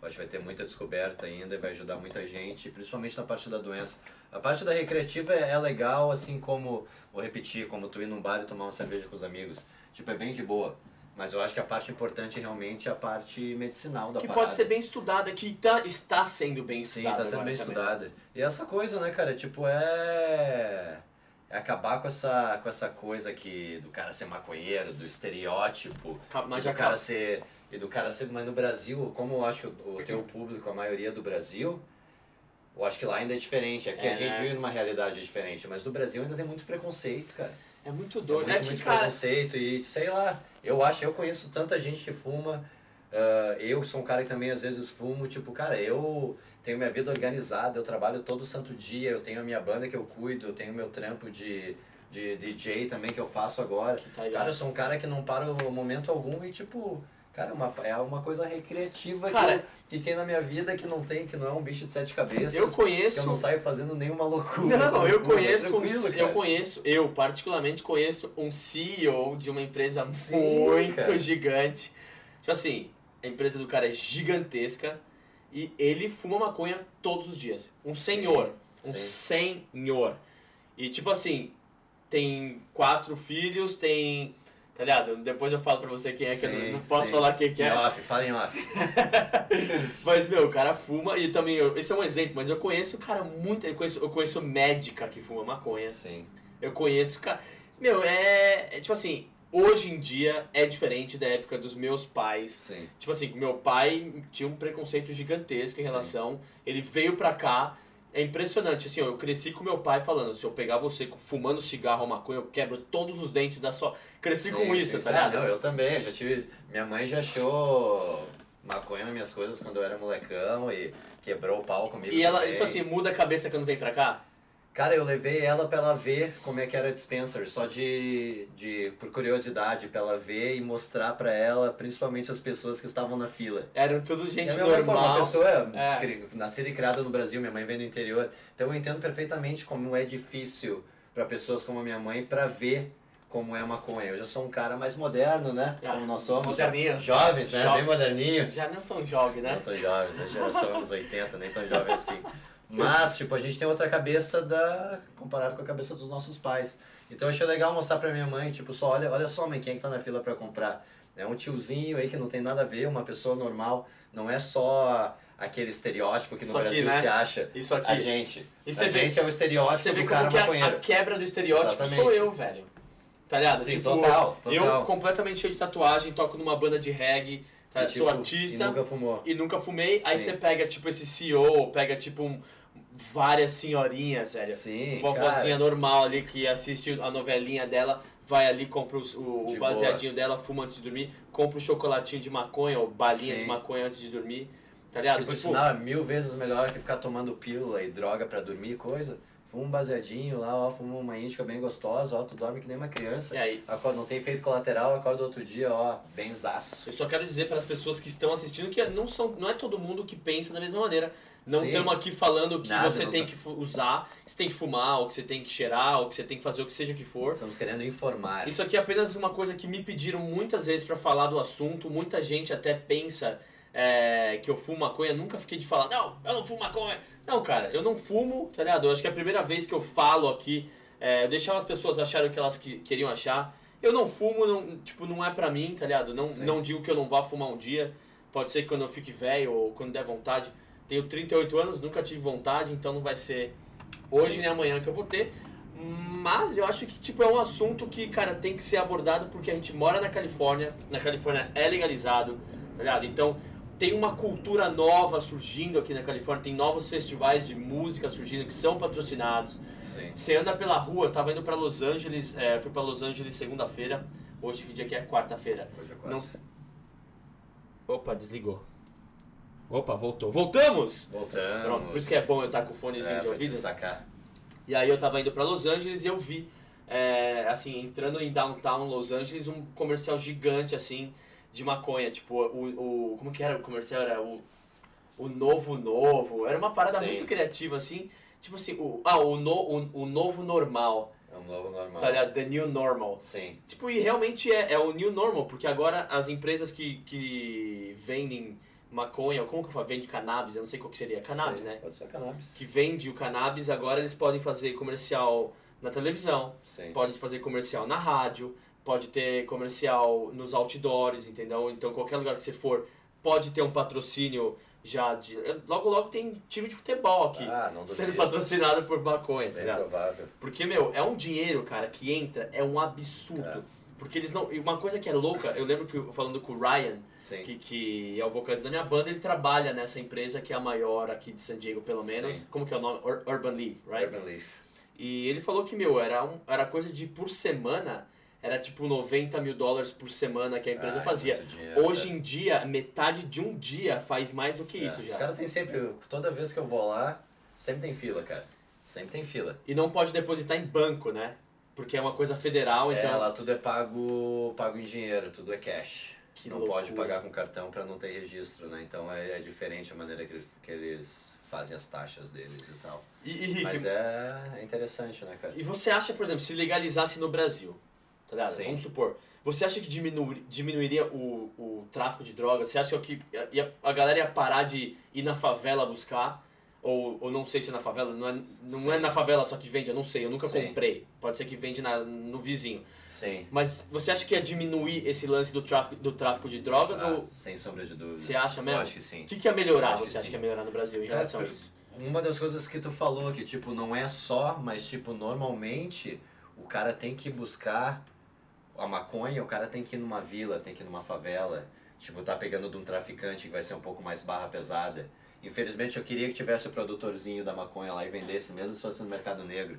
B: Eu acho que vai ter muita descoberta ainda e vai ajudar muita gente, principalmente na parte da doença. A parte da recreativa é é legal, assim como, vou repetir, como tu ir num bar e tomar uma cerveja com os amigos. Tipo, é bem de boa. Mas eu acho que a parte importante realmente é a parte medicinal da
A: Que
B: parada.
A: pode ser bem estudada, que tá, está sendo bem
B: Sim,
A: estudada.
B: tá sendo
A: agora
B: bem
A: também.
B: estudada. E essa coisa, né, cara, tipo, é... é acabar com essa, com essa coisa que do cara ser maconheiro, do estereótipo,
A: Ca- Mas
B: e
A: já
B: do cara
A: acaba-
B: ser e do cara ser mas no Brasil como eu acho que o, o teu público a maioria é do Brasil eu acho que lá ainda é diferente aqui
A: É,
B: a gente
A: né?
B: vive numa realidade diferente mas no Brasil ainda tem muito preconceito cara
A: é muito
B: é muito,
A: doido. É, que,
B: muito
A: cara,
B: preconceito e sei lá eu acho eu conheço tanta gente que fuma ah, eu sou um cara que também às vezes fumo tipo cara eu tenho minha vida organizada eu trabalho todo santo dia eu tenho a minha banda que eu cuido eu tenho meu trampo de de DJ também que eu faço agora
A: que tá
B: Cara,
A: ligado?
B: eu sou um cara que não para o momento algum e, tipo, cara, é uma, é uma coisa recreativa
A: Cara,
B: que, eu- que tem na minha vida que não tem, que não é um bicho de sete cabeças.
A: eu
B: que
A: conheço.
B: eu não saio fazendo nenhuma loucura.
A: Não, eu
B: Loucura,
A: conheço, um,
B: tranquilo,
A: eu
B: cara.
A: conheço, eu particularmente conheço um CEO de uma empresa
B: Sim,
A: muito
B: cara.
A: gigante. Tipo assim, a empresa do cara é gigantesca e ele fuma maconha todos os dias. Um senhor, um
B: sim.
A: senhor. E tipo assim, tem quatro filhos, tem, tá ligado? Depois eu falo pra você quem é que eu não-
B: Sim,
A: não posso
B: sim.
A: falar quem que
B: Em
A: é.
B: off, fala em off.
A: Mas, meu, o cara fuma e também, eu- esse é um exemplo, mas eu conheço, cara, muito, eu conheço, eu conheço médica que fuma maconha.
B: Sim.
A: Eu conheço, cara. Meu, é, é tipo assim, hoje em dia é diferente da época dos meus pais.
B: Sim.
A: Tipo assim, meu pai tinha um preconceito gigantesco em
B: Sim.
A: relação. Ele veio pra cá. É impressionante, assim, ó, eu cresci com meu pai falando, se eu pegar você fumando cigarro ou maconha, eu quebro todos os dentes da sua. Cresci
B: Sim,
A: com
B: sim,
A: isso,
B: sim.
A: tá ligado?
B: Ah, Não, eu também, eu já tive. Minha mãe já achou maconha nas minhas coisas quando eu era molecão e quebrou o pau comigo.
A: E ela,
B: também.
A: tipo assim, muda a cabeça quando vem pra cá?
B: Cara, eu levei ela pra ela ver como é que era a dispenser, só de, de por curiosidade, pra ela ver e mostrar pra ela, principalmente as pessoas que estavam na fila.
A: Eram tudo
B: E a
A: gente
B: minha mãe, pô, uma
A: normal.
B: pessoa
A: É.
B: cri- nascida e criada no Brasil, minha mãe vem do interior, então eu entendo perfeitamente como é difícil pra pessoas como a minha mãe pra ver como é a maconha. Eu já sou um cara mais moderno, né?
A: Ah,
B: como nós somos.
A: moderninho.
B: Jovens, né?
A: Jovem.
B: Bem moderninho.
A: Já não tão jovem,
B: Não
A: né?
B: tão jovens, a geração anos 80, nem tão jovem assim. Mas, tipo, a gente tem outra cabeça da comparado com a cabeça dos nossos pais. Então eu achei legal mostrar pra minha mãe, tipo, só olha, olha só, mãe, quem é que tá na fila pra comprar? É um tiozinho aí que não tem nada a ver, uma pessoa normal, não é só aquele estereótipo que no
A: Isso aqui,
B: Brasil
A: né?
B: se acha.
A: Isso aqui.
B: A gente.
A: E
B: a
A: você vê-
B: gente é o
A: Você
B: estereótipo
A: vê
B: do
A: como
B: cara
A: que é a-
B: maconheiro.
A: a quebra do estereótipo
B: Exatamente.
A: sou eu, velho. Tá ligado?
B: Sim,
A: tipo,
B: total, total.
A: Eu completamente cheio de tatuagem, toco numa banda de reggae, tá?
B: E,
A: sou
B: tipo,
A: artista
B: E nunca fumou.
A: fumei. Aí você
B: Sim.
A: pega, tipo, esse CEO, pega, tipo, um- várias senhorinhas, velho. Um
B: Sim,
A: Vovozinha
B: cara.
A: normal ali que assiste a novelinha dela, vai ali, compra os- o, o
B: De
A: baseadinho dela, fuma antes de dormir, compra o chocolatinho de maconha ou balinha
B: Sim.
A: de maconha antes de dormir, tá
B: Que,
A: ligado?
B: por
A: Tipo,
B: sinal, é mil vezes melhor que ficar tomando pílula e droga pra dormir e coisa. Fuma um baseadinho lá, ó, fuma uma índica bem gostosa, ó, tu dorme que nem uma criança.
A: e aí?
B: Acorda, não tem efeito colateral, acorda outro dia, ó, benzaço.
A: Eu só quero dizer para as pessoas que estão assistindo que não, são, não é todo mundo que pensa da mesma maneira. Não
B: Sim.
A: estamos aqui falando que
B: Nada,
A: você
B: não
A: tem
B: tá.
A: que fu- usar, que você tem que fumar, ou que você tem que cheirar, ou que você tem que fazer o que seja que for.
B: Estamos querendo informar.
A: Isso aqui é apenas uma coisa que me pediram muitas vezes para falar do assunto. Muita gente até pensa é, que eu fumo maconha. Nunca fiquei de falar, não, eu não fumo maconha. Não, cara, eu não fumo, tá ligado? Eu acho que é a primeira vez que eu falo aqui, é, eu deixava as pessoas acharem o que elas que- queriam achar. Eu não fumo, não, tipo, não é pra mim, tá ligado? Não,
B: Sim.
A: não digo que eu não vá fumar um dia. Pode ser que quando eu fique velho ou quando der vontade. Tenho 38 anos, nunca tive vontade, então não vai ser hoje
B: Sim.
A: nem amanhã que eu vou ter. Mas eu acho que tipo é um assunto que, cara, tem que ser abordado porque a gente mora na Califórnia, na Califórnia é legalizado, tá ligado? Então, tem uma cultura nova surgindo aqui na Califórnia, tem novos festivais de música surgindo que são patrocinados.
B: Sim.
A: Você anda pela rua, eu tava indo pra Los Angeles, é, fui pra Los Angeles segunda-feira. Hoje que dia que é quarta-feira.
B: Hoje é
A: Não.
B: quarta.
A: Opa, desligou. Opa, voltou. Voltamos.
B: Voltamos.
A: Pronto, por isso que é bom eu estar com o fonezinho
B: É,
A: de
B: pra te
A: ouvido.
B: sacar.
A: E aí eu tava indo pra Los Angeles e eu vi, é, assim, entrando em downtown Los Angeles, um comercial gigante, assim, de maconha. Tipo, o. o como que era o comercial? Era o. O Novo Novo. Era uma parada
B: Sim.
A: muito criativa, assim. Tipo assim, o, ah, o, no, o, o Novo Normal.
B: É um novo normal.
A: Tá ligado? The New Normal.
B: Sim.
A: Tipo, e realmente é, é o New Normal, porque agora as empresas que, que vendem maconha, ou como que fala? Vende cannabis, eu não sei qual que seria. Cannabis,
B: Sim,
A: né?
B: Pode ser cannabis.
A: Que vende o cannabis, agora eles podem fazer comercial na televisão,
B: Sim.
A: pode fazer comercial na rádio, pode ter comercial nos outdoors, entendeu? Então qualquer lugar que você for pode ter um patrocínio já de. Logo logo tem time de futebol aqui.
B: Ah, não
A: Sendo
B: duvido.
A: patrocinado por maconha, tá
B: Bem
A: ligado?
B: provável.
A: Porque, meu, é um dinheiro, cara, que entra, é um absurdo.
B: É.
A: Porque eles não. E uma coisa que é louca, eu lembro que eu- falando com o Ryan,
B: Sim.
A: que, que é o vocalista da minha banda, ele trabalha nessa empresa que é a maior aqui de San Diego, pelo menos.
B: Sim.
A: Como que é o nome? Ur- Urban Leaf, right?
B: Urban Leaf.
A: E ele falou que, meu, era, um, era coisa de por semana, era tipo 90 mil dólares por semana que a empresa
B: Ah, é
A: fazia.
B: muito dinheiro,
A: Hoje em dia, metade de um dia faz mais do que
B: É,
A: isso já.
B: Os caras têm sempre, toda vez que eu vou lá, sempre tem fila, cara. Sempre tem fila.
A: E não pode depositar em banco, né? Porque é uma coisa federal, então.
B: É, lá tudo é pago, pago em dinheiro, tudo é cash.
A: Que
B: não
A: loucura.
B: pode pagar com cartão pra não ter registro, né? Então é, é diferente a maneira que, ele- que eles fazem as taxas deles e tal.
A: E, e Rick,
B: Mas é interessante, né, cara?
A: E você acha, por exemplo, se legalizasse no Brasil, tá ligado?
B: Sim.
A: Vamos supor. Você acha que diminui- diminuiria o, o tráfico de drogas? Você acha que ia- a galera ia parar de ir na favela buscar? Ou, ou não sei se é na favela, não é, não é
B: Sim.
A: na favela só que vende, eu não sei, eu nunca
B: Sim.
A: comprei. Pode ser que vende na- no vizinho.
B: Sim.
A: Mas você acha que ia diminuir esse lance do tráfico, do tráfico de drogas?
B: Ah,
A: ou
B: sem sombra de dúvidas.
A: Você acha mesmo?
B: Eu acho que sim.
A: o que, que ia melhorar?
B: acho que
A: Você acha
B: sim.
A: que ia melhorar no Brasil em
B: É,
A: relação a
B: per-
A: isso?
B: Uma das coisas que tu falou que, tipo, não é só, mas, tipo, normalmente o cara tem que buscar a maconha, o cara tem que ir numa vila, tem que ir numa favela. Tipo, tá pegando de um traficante que vai ser um pouco mais barra pesada. Infelizmente, eu queria que tivesse o produtorzinho da maconha lá e vendesse, mesmo se fosse no mercado negro.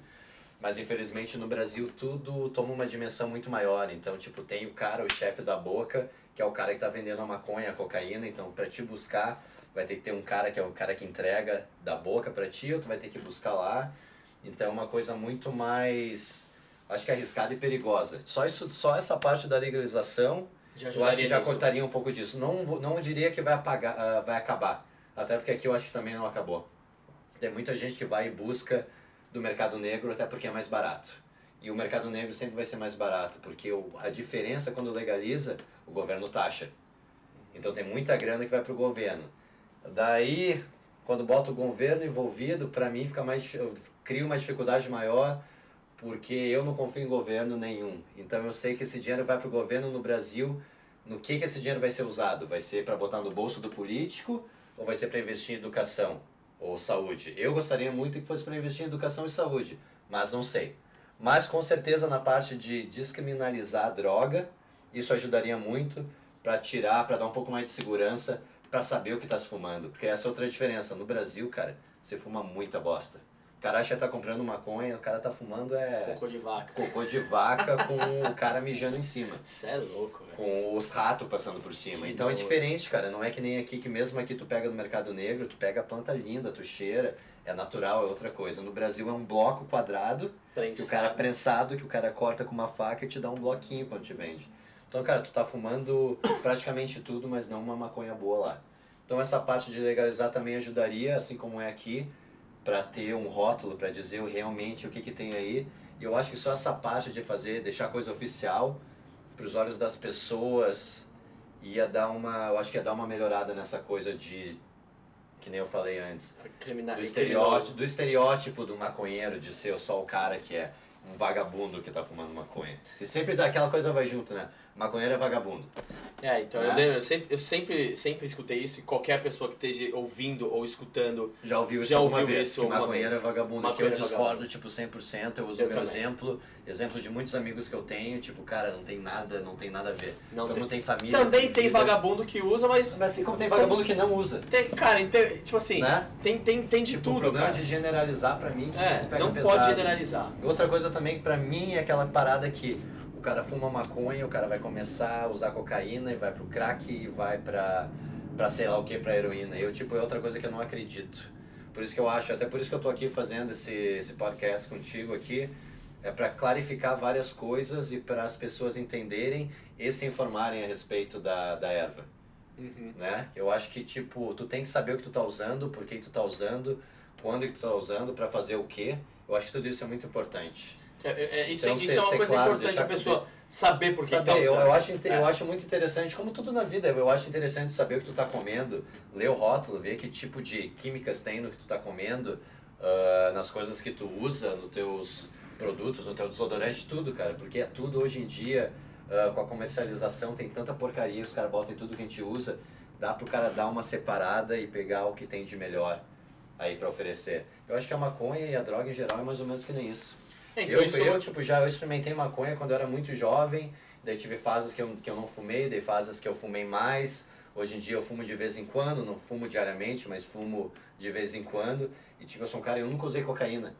B: Mas, infelizmente, no Brasil tudo toma uma dimensão muito maior. Então, tipo, tem o cara, o chefe da boca, que é o cara que tá vendendo a maconha, a cocaína. Então, pra te buscar, vai ter que ter um cara que é o cara que entrega da boca pra ti, ou tu vai ter que buscar lá. Então é uma coisa muito mais, acho que arriscada e perigosa. Só isso, só essa parte da legalização,
A: Já
B: eu acho que já
A: nisso?
B: cortaria um pouco disso. Não, vou- não diria que vai apagar, ah, vai acabar. Até porque aqui eu acho que também não acabou. Tem muita gente que vai em busca do mercado negro, até porque é mais barato. E o mercado negro sempre vai ser mais barato, porque o- a diferença quando legaliza, o governo taxa. Então tem muita grana que vai pro governo. Daí, quando bota o governo envolvido, para mim fica mais dif- eu crio uma dificuldade maior, porque eu não confio em governo nenhum. Então eu sei que esse dinheiro vai pro governo no Brasil, no que que esse dinheiro vai ser usado? Vai ser para botar no bolso do político ou vai ser para investir em educação ou saúde? Eu gostaria muito que fosse para investir em educação e saúde, mas não sei. Mas com certeza na parte de descriminalizar a droga, isso ajudaria muito para tirar, para dar um pouco mais de segurança, para saber o que tá se fumando. Porque essa é outra diferença. No Brasil, cara, você fuma muita bosta. O cara acha que tá comprando maconha, o cara tá fumando é
A: Cocô de vaca.
B: cocô de vaca com o cara mijando em cima
A: Você é louco, velho.
B: com os ratos passando por cima.
A: Que
B: então é
A: doido.
B: diferente, cara. Não é que nem aqui, que mesmo aqui tu pega no mercado negro, tu pega a planta linda, tu cheira, é natural, é outra coisa. No Brasil é um bloco quadrado, que o cara é
A: Prensado.
B: prensado, que o cara corta com uma faca e te dá um bloquinho quando te vende. Então, cara, tu tá fumando praticamente tudo, mas não uma maconha boa lá. Então essa parte de legalizar também ajudaria, assim como é aqui, para ter um rótulo para dizer realmente o que que tem aí. E eu acho que só essa parte de fazer, deixar a coisa oficial para os olhos das pessoas ia dar uma, eu acho que ia dar uma melhorada nessa coisa de que nem eu falei antes,
A: Criminal.
B: do estereótipo, do estereótipo do maconheiro de ser só o cara que é um vagabundo que tá fumando maconha. E sempre dá aquela coisa vai junto, né? Maconheiro é vagabundo.
A: É, então eu
B: Né?
A: lembro, eu sempre, eu sempre, sempre escutei isso e qualquer pessoa que esteja ouvindo ou escutando,
B: Já ouviu isso
A: Já
B: alguma
A: ouviu
B: vez?
A: isso
B: que
A: alguma
B: maconheiro
A: vez.
B: é vagabundo,
A: Maconheiro é
B: que eu discordo, tipo, 100%. Eu uso
A: Eu
B: o meu
A: também.
B: exemplo, exemplo de muitos amigos que eu tenho, tipo, cara, não tem nada, não tem nada a ver.
A: Não
B: Todo
A: tem.
B: mundo tem família.
A: Também tem
B: vida.
A: vagabundo que usa, mas.
B: Mas assim como tem vagabundo que não usa.
A: Tem, cara, ente- tipo assim,
B: Né?
A: tem, tem, tem de
B: Tipo, o
A: tudo,
B: problema
A: cara.
B: de generalizar pra mim que
A: É,
B: tipo, pega
A: não
B: pesado.
A: pode generalizar.
B: E Outra coisa também que pra mim é aquela parada que o cara fuma maconha, o cara vai começar a usar cocaína e vai pro crack e vai pra, pra sei lá o que, pra heroína. Eu, tipo, é outra coisa que eu não acredito. Por isso que eu acho, até por isso que eu tô aqui fazendo esse, esse podcast contigo aqui, é pra clarificar várias coisas e para as pessoas entenderem e se informarem a respeito da, da erva
A: Uhum.
B: né? Eu acho que tipo, tu tem que saber o que tu tá usando, por que tu tá usando, quando que tu tá usando, pra fazer o quê. Eu acho que tudo isso é muito importante.
A: É, é, é, isso
B: Então,
A: isso
B: ser-
A: é uma
B: ser
A: coisa
B: claro,
A: importante
B: deixar
A: a pessoa. saber por que
B: Saber,
A: tá
B: então, eu,
A: usando.
B: eu acho, inte-
A: É.
B: eu acho muito interessante, como tudo na vida, eu acho interessante saber o que tu tá comendo, ler o rótulo, ver que tipo de químicas tem no que tu tá comendo, ah, nas coisas que tu usa, nos teus produtos, no teu desodorante, tudo, cara, porque é tudo hoje em dia, ah, com a comercialização, tem tanta porcaria, os caras botam em tudo que a gente usa, dá pro cara dar uma separada e pegar o que tem de melhor aí pra oferecer. Eu acho que a maconha e a droga em geral é mais ou menos que nem isso.
A: É, então
B: Eu,
A: isso
B: eu, tipo, já eu experimentei maconha quando eu era muito jovem, daí tive fases que eu, que eu não fumei, daí fases que eu fumei mais. Hoje em dia eu fumo de vez em quando, não fumo diariamente, mas fumo de vez em quando. E, tipo, eu sou um cara, eu nunca usei cocaína.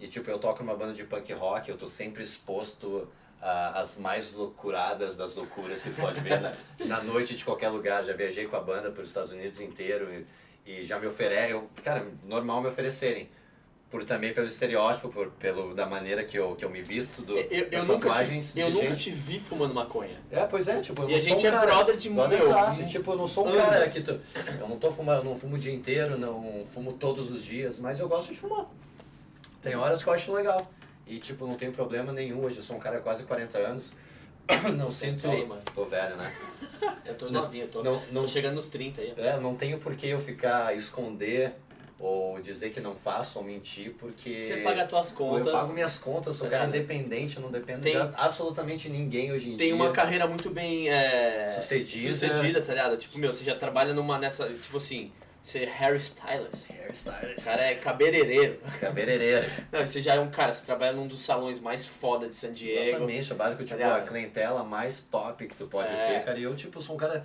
B: E, tipo, eu toco numa banda de punk rock, eu tô sempre exposto a- às mais loucuradas das loucuras que pode ver na, na noite de qualquer lugar. Já viajei com a banda para os Estados Unidos inteiro e, e já me oferecem, cara, normal me oferecerem por também pelo estereótipo, por, pelo da maneira que eu, que eu me visto, do,
A: Eu, eu,
B: das
A: nunca,
B: tatuagens
A: te, eu
B: de
A: nunca
B: gente.
A: te vi fumando maconha.
B: É, pois é, tipo, eu
A: E
B: não
A: a gente
B: sou um
A: é
B: cara,
A: brother de-
B: brother
A: meu,
B: exato,
A: hum,
B: tipo, eu não sou um
A: anos.
B: cara que tu, eu não tô fumando, eu não fumo o dia inteiro, não fumo todos os dias, mas eu gosto de fumar. Tem horas que eu acho legal. E tipo, não tenho problema nenhum hoje, eu sou um cara quase 40 anos. Não sinto,
A: aí, mano.
B: tô velho, né?
A: Eu tô
B: Não,
A: novinho, eu tô,
B: não- não-
A: tô chegando nos 30 aí. ó.
B: É, não tenho por que eu ficar esconder ou dizer que não faço ou mentir, porque
A: Você paga as tuas
B: eu
A: contas,
B: pago minhas contas, sou um
A: Tá
B: cara
A: ligado?
B: independente, eu não dependo
A: Tem-
B: de absolutamente ninguém hoje em
A: tem
B: dia.
A: uma carreira muito bem é,
B: Sucedida.
A: sucedida, tá ligado? Tipo, meu, você já trabalha numa nessa, tipo assim, você é hairstylist. O
B: Hairstylist.
A: cara é cabeleireiro.
B: Cabeleireira.
A: Não, você já é um cara, você trabalha num dos salões mais foda de San Diego.
B: Exatamente, trabalho com tipo,
A: Tá
B: a
A: ligado?
B: clientela mais top que tu pode
A: É.
B: ter, cara. E eu, tipo, sou um cara.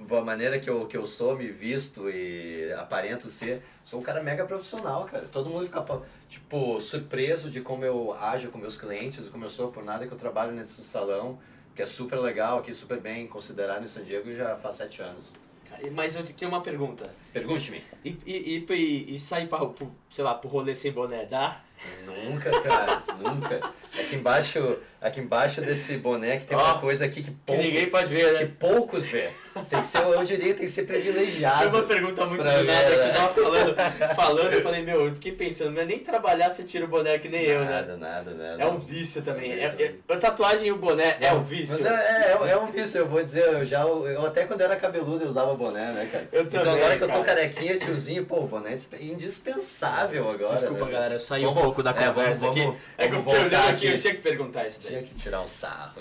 B: Da maneira que eu, que eu sou, me visto e aparento ser, sou um cara mega profissional, cara. Todo mundo fica, pa- tipo, surpreso de como eu ajo com meus clientes, como eu sou, por nada que eu trabalho nesse salão, que é super legal, aqui super bem considerado em San Diego já faz sete anos.
A: Cara, Mas eu tenho uma pergunta.
B: Pergunte-me.
A: E, e, e, e- e sair pra, pro, sei lá, pro rolê sem boné, dá?
B: Nunca, cara, nunca. Aqui embaixo, aqui embaixo desse boné que tem
A: Ó,
B: uma coisa aqui que
A: Que
B: pouco,
A: ninguém pode ver,
B: que
A: né?
B: poucos vê. Tem que ser, eu diria, tem que ser
A: Foi
B: privilegiado.
A: uma pergunta muito
B: Pra
A: de merda
B: ver,
A: que
B: né?
A: você tava falando, falando, eu falei, meu, eu fiquei pensando, não é nem trabalhar você tira o boné que nem eu, né?
B: Nada, nada, nada.
A: É um vício também. É,
B: É um vício.
A: é- a tatuagem e o boné é um
B: Mas
A: vício.
B: É, é, é um vício, eu vou dizer, eu já, eu até quando eu era cabeludo eu usava boné, né, cara?
A: Eu
B: então
A: também,
B: agora que eu tô
A: cara.
B: carequinha, tiozinho, pô, o boné é indisp- indispensável agora.
A: Desculpa,
B: né?
A: galera, eu saí
B: Vamos-
A: um pouco da
B: é, vamos-
A: conversa
B: vamos-
A: aqui. É que eu
B: vamos
A: fiquei olhando
B: voltar
A: aqui,
B: aqui.
A: eu tinha que perguntar isso daí.
B: Tinha que tirar um sarro.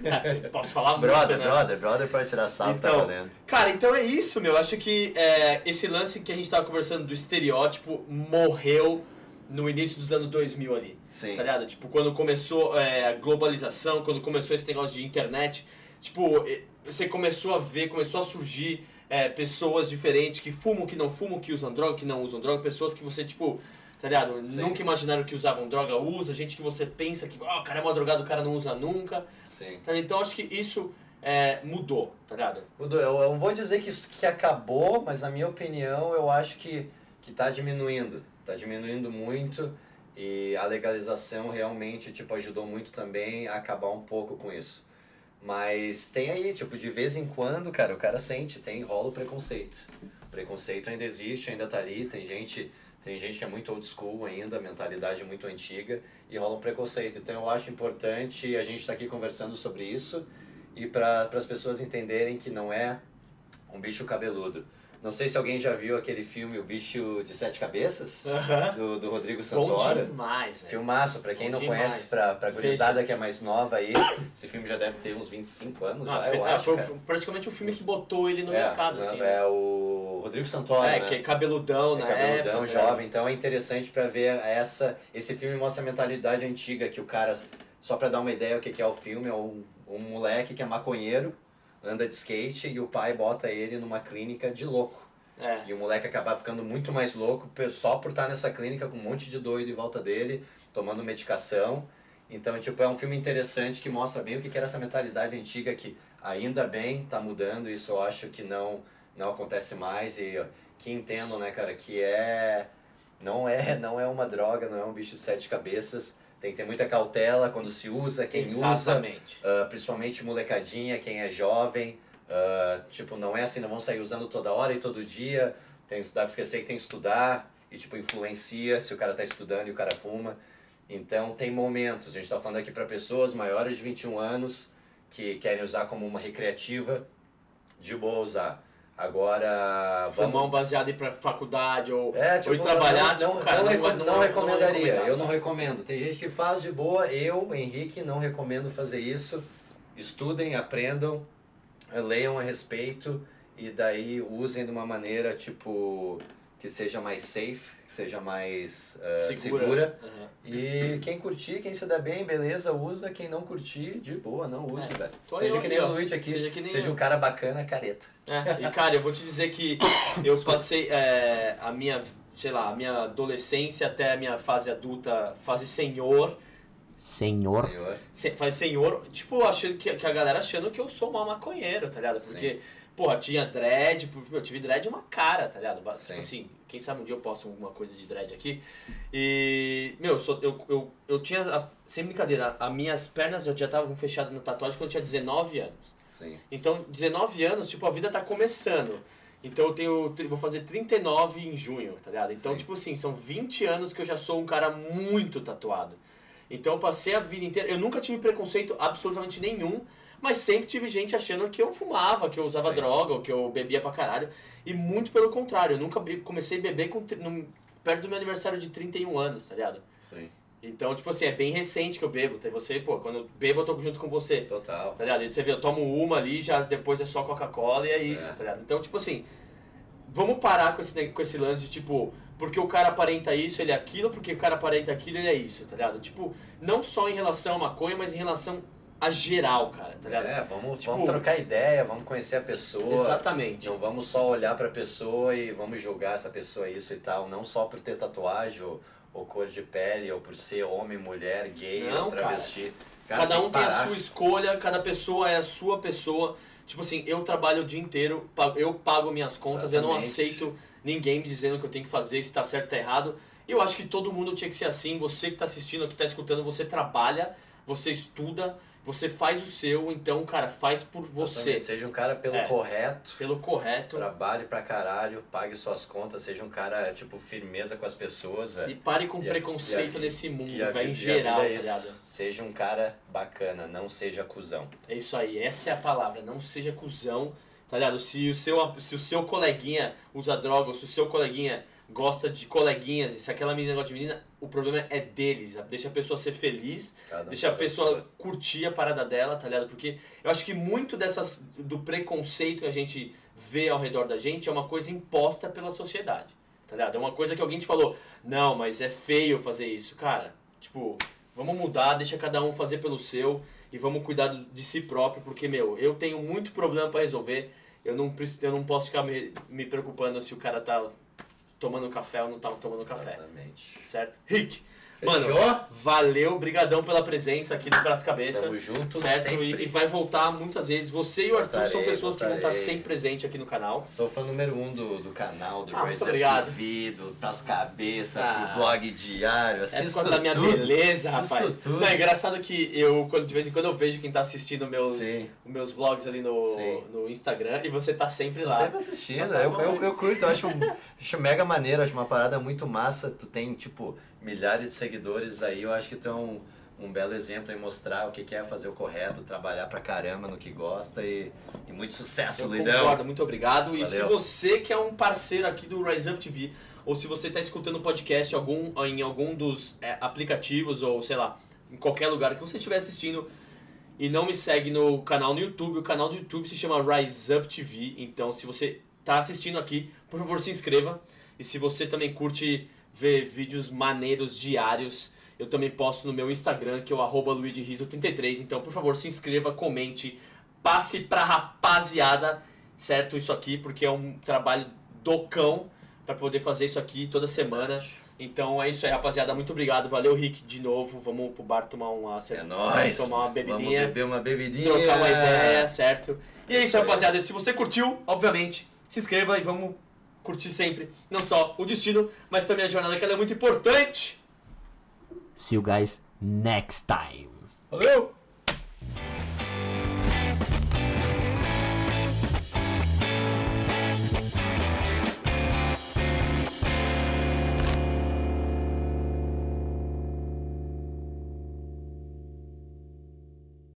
B: né?
A: Posso falar muito,
B: Brother,
A: né?
B: brother, brother pode tirar sarro, tá
A: Então,
B: valendo.
A: cara, então é isso, meu. Acho que é, esse lance que a gente tava conversando do estereótipo morreu no início dos anos 2000 ali.
B: Sim.
A: Tá ligado? Tipo, quando começou é, a globalização, quando começou esse negócio de internet, tipo, e- você começou a ver, começou a surgir é, pessoas diferentes que fumam, que não fumam, que usam droga, que não usam droga, pessoas que você, tipo, tá ligado?
B: Sim.
A: Nunca imaginaram que usavam droga, usa, gente que você pensa que, ó, o cara é mó drogado, o cara não usa nunca.
B: Sim.
A: Tá ligado? Então acho que isso é, mudou, tá ligado?
B: Mudou. Eu, eu não vou dizer que, isso- que acabou, mas na minha opinião eu acho que, que tá diminuindo. Tá diminuindo muito e a legalização realmente tipo, ajudou muito também a acabar um pouco com isso. Mas tem aí, tipo, de vez em quando, cara, o cara sente, tem, rola o preconceito. O preconceito ainda existe, ainda tá ali, tem gente, tem gente que é muito old school ainda, mentalidade muito antiga, e rola um preconceito. Então eu acho importante a gente estar aqui conversando sobre isso e para as pessoas entenderem que não é um bicho cabeludo. Não sei se alguém já viu aquele filme O Bicho de Sete Cabeças, do, do Rodrigo
A: Bom
B: Santoro.
A: demais, velho.
B: É. Filmaço, pra quem
A: Bom
B: não
A: demais.
B: conhece, pra, pra gurizada que é mais nova aí, esse filme já deve ter uns 25 anos,
A: Ah,
B: já, eu
A: é,
B: acho.
A: foi
B: cara.
A: praticamente o filme que botou ele no
B: é,
A: mercado, assim.
B: é o Rodrigo Santoro,
A: É,
B: né?
A: que é cabeludão
B: É
A: na
B: cabeludão,
A: época,
B: jovem, então é interessante pra ver essa. Esse filme mostra a mentalidade antiga que o cara, só pra dar uma ideia o que que é o filme, é um, um moleque que é maconheiro, anda de skate e o pai bota ele numa clínica de louco.
A: né?
B: E o moleque acabava ficando muito mais louco pe- só por estar nessa clínica com um monte de doido em volta dele, tomando medicação. Então, tipo, é um filme interessante que mostra bem o que que era essa mentalidade antiga que ainda bem tá mudando, isso eu acho que não não acontece mais e ó, que entendam, né, cara, que é não é não é uma droga, não é um bicho de sete cabeças. Tem que ter muita cautela quando se usa,
A: É,
B: quem usa,
A: exatamente.
B: ah, principalmente molecadinha, quem é jovem. ah, tipo, não é assim, não vão sair usando toda hora e todo dia. Tem, dá pra esquecer que tem que estudar e, tipo, influencia se o cara tá estudando e o cara fuma. Então tem momentos, a gente está falando aqui para pessoas maiores de 21 anos que querem usar como uma recreativa, de boa usar. Agora
A: Fumar um baseado ir pra faculdade ou,
B: é,
A: ou ir trabalhar,
B: não, não,
A: tipo, cara,
B: não, reco-
A: é-
B: não
A: é-
B: recomendaria, eu não
A: recomendado.
B: recomendo. Tem gente que faz de boa, eu, Henrique, não recomendo fazer isso. Estudem, aprendam, eh, leiam a respeito e daí usem de uma maneira, tipo, que seja mais safe, que seja mais eh,
A: Segura.
B: segura.
A: Aham.
B: E quem curtir, quem se dá bem, beleza, usa. Quem não curtir, de boa, não use, velho.
A: É. Tô
B: Seja
A: eu
B: que
A: aqui,
B: nem o
A: ó.
B: Luigi aqui,
A: Seja
B: seja,
A: que nem eu.
B: um cara bacana, careta.
A: É, e cara, eu vou te dizer que eu passei é, a minha, sei lá, a minha adolescência até a minha fase adulta, fase senhor. Senhor?
B: Senhor.
A: Se, fase senhor, tipo, achando que, que a galera achando que eu sou mal maconheiro, tá ligado? Porque, porra, tinha dread, pô, eu tive dread uma cara, tá ligado? Ba-
B: Sim.
A: Tipo assim, quem sabe um dia eu posto alguma coisa de dread aqui. E, meu, eu, sou- eu, eu, eu tinha, a- sem brincadeira, as minhas pernas já estavam fechadas na tatuagem quando eu tinha 19 anos.
B: Sim.
A: Então, 19 anos, tipo, a vida tá começando. Então eu tenho. tri- Vou fazer 39 em junho, tá ligado? Então,
B: Sim.
A: tipo assim, são 20 anos que eu já sou um cara muito tatuado. Então eu passei a vida inteira. Eu nunca tive preconceito absolutamente nenhum, mas sempre tive gente achando que eu fumava, que eu usava
B: Sim.
A: droga, ou que eu bebia pra caralho. E muito pelo contrário, eu nunca be- comecei a beber com, tri- num- perto do meu aniversário de 31 anos, tá ligado?
B: Sim.
A: Então, tipo assim, é bem recente que eu bebo. Tem Você, pô, quando eu bebo, eu tô junto com você.
B: Total.
A: Tá ligado? E você vê, eu tomo uma ali, já depois é só Coca-Cola e é isso,
B: É.
A: tá ligado? Então, tipo assim, vamos parar com esse, neg- com esse lance de tipo, porque o cara aparenta isso, ele é aquilo, porque o cara aparenta aquilo, ele é isso, tá ligado? Tipo, não só em relação à maconha, mas em relação a geral, cara, tá ligado?
B: É, vamos,
A: Tipo-
B: vamos trocar ideia, vamos conhecer a pessoa.
A: Exatamente.
B: Não vamos só olhar pra pessoa e vamos julgar essa pessoa é isso e tal, não só por ter tatuagem ou, ou cor de pele, ou por ser homem, mulher, gay,
A: Não,
B: ou travesti. Cara,
A: Cada um
B: que
A: tem a
B: parar.
A: sua escolha, cada pessoa é a sua pessoa. Tipo assim, eu trabalho o dia inteiro, pa- eu pago minhas contas, eu não
B: Exatamente.
A: aceito ninguém me dizendo o que eu tenho que fazer, se tá certo ou tá errado. E Eu acho que todo mundo tinha que ser assim. Você que tá assistindo, que tá escutando, você trabalha, você estuda, você faz o seu. Então, cara, faz por você,
B: Exatamente, Seja um cara pelo
A: É.
B: correto.
A: pelo correto.
B: Trabalhe pra caralho, pague suas contas, seja um cara, tipo, firmeza com as pessoas, velho.
A: E pare com
B: E a-
A: preconceito
B: e a-
A: nesse mundo,
B: E a
A: vai
B: vi-
A: em
B: e a vida
A: geral, tá
B: é isso.
A: ligado?
B: Seja um cara bacana, não seja cuzão.
A: É isso aí, essa é a palavra. Não seja cuzão, tá ligado? Se o seu, se o seu coleguinha usa droga, ou se o seu coleguinha gosta de coleguinhas, e se aquela menina gosta de menina, o problema é deles. Deixa a pessoa ser feliz,
B: Cada um
A: deixa a
B: faz
A: pessoa
B: sua.
A: curtir a parada dela, tá ligado? Porque eu acho que muito dessas do preconceito que a gente vê ao redor da gente é uma coisa imposta pela sociedade, tá ligado? É uma coisa que alguém te falou, não, mas é feio fazer isso, cara. Tipo, vamos mudar, deixa cada um fazer pelo seu e vamos cuidar do- de si próprio, porque, meu, eu tenho muito problema pra resolver. Eu não, preci- eu não posso ficar me, me preocupando se o cara tá tomando café ou não tá tomando café,
B: Exatamente.
A: certo? Rick, mano,
B: Fechou?
A: Valeu, brigadão pela presença aqui do Braço Cabeça.
B: Tamo junto
A: Certo? E,
B: sempre.
A: e vai voltar muitas vezes. Você e o Arthur são
B: Voltarei,
A: pessoas que vão estar
B: voltarei.
A: sempre presentes aqui no canal.
B: Sou fã número um do, do canal, do
A: Ah, muito
B: Razer
A: obrigado.
B: TV, do Das Cabeças,
A: Ah.
B: do blog diário,
A: É por
B: assisto
A: causa da minha
B: tudo.
A: beleza,
B: Assisto
A: rapaz.
B: tudo.
A: Não, é engraçado que eu, quando, de vez em quando, eu vejo quem tá assistindo meus,
B: Sim.
A: meus vlogs ali no,
B: Sim.
A: no Instagram e você tá sempre
B: Tô
A: lá.
B: sempre assistindo,
A: Tá
B: eu,
A: bom,
B: eu,
A: né?
B: eu curto, eu acho, acho mega maneiro, acho uma parada muito massa. Tu tem, tipo, milhares de seguidores aí, eu acho que tu é um, um belo exemplo em mostrar o que que é fazer o correto, trabalhar pra caramba no que gosta e, e muito sucesso,
A: Eu
B: Lidão.
A: concordo, muito obrigado. E se
B: Valeu.
A: você que é um parceiro aqui do Rise Up TV, ou se você está escutando o podcast em algum, em algum dos é, aplicativos, ou sei lá, em qualquer lugar que você estiver assistindo, e não me segue no canal no YouTube, o canal do YouTube se chama Rise Up TV. Então, se você está assistindo aqui, por favor, se inscreva. E se você também curte ver vídeos maneiros diários, eu também posto no meu Instagram, que é o arroba luigirizzo33. Então, por favor, se inscreva, comente, passe pra rapaziada, certo? Isso aqui, porque é um trabalho do cão pra poder fazer isso aqui toda semana. Então é isso aí, rapaziada. Muito obrigado. Valeu, Rick, de novo. Vamos pro bar tomar uma
B: É
A: cerveja,
B: nóis.
A: tomar uma
B: Vamos
A: bebidinha,
B: beber uma bebidinha.
A: trocar uma ideia, certo? E é
B: Isso
A: isso,
B: aí.
A: rapaziada. Se você curtiu, obviamente, se inscreva e vamos curtir sempre, não só o destino, mas também a jornada, que ela é muito importante.
C: See you guys next time.
B: Valeu!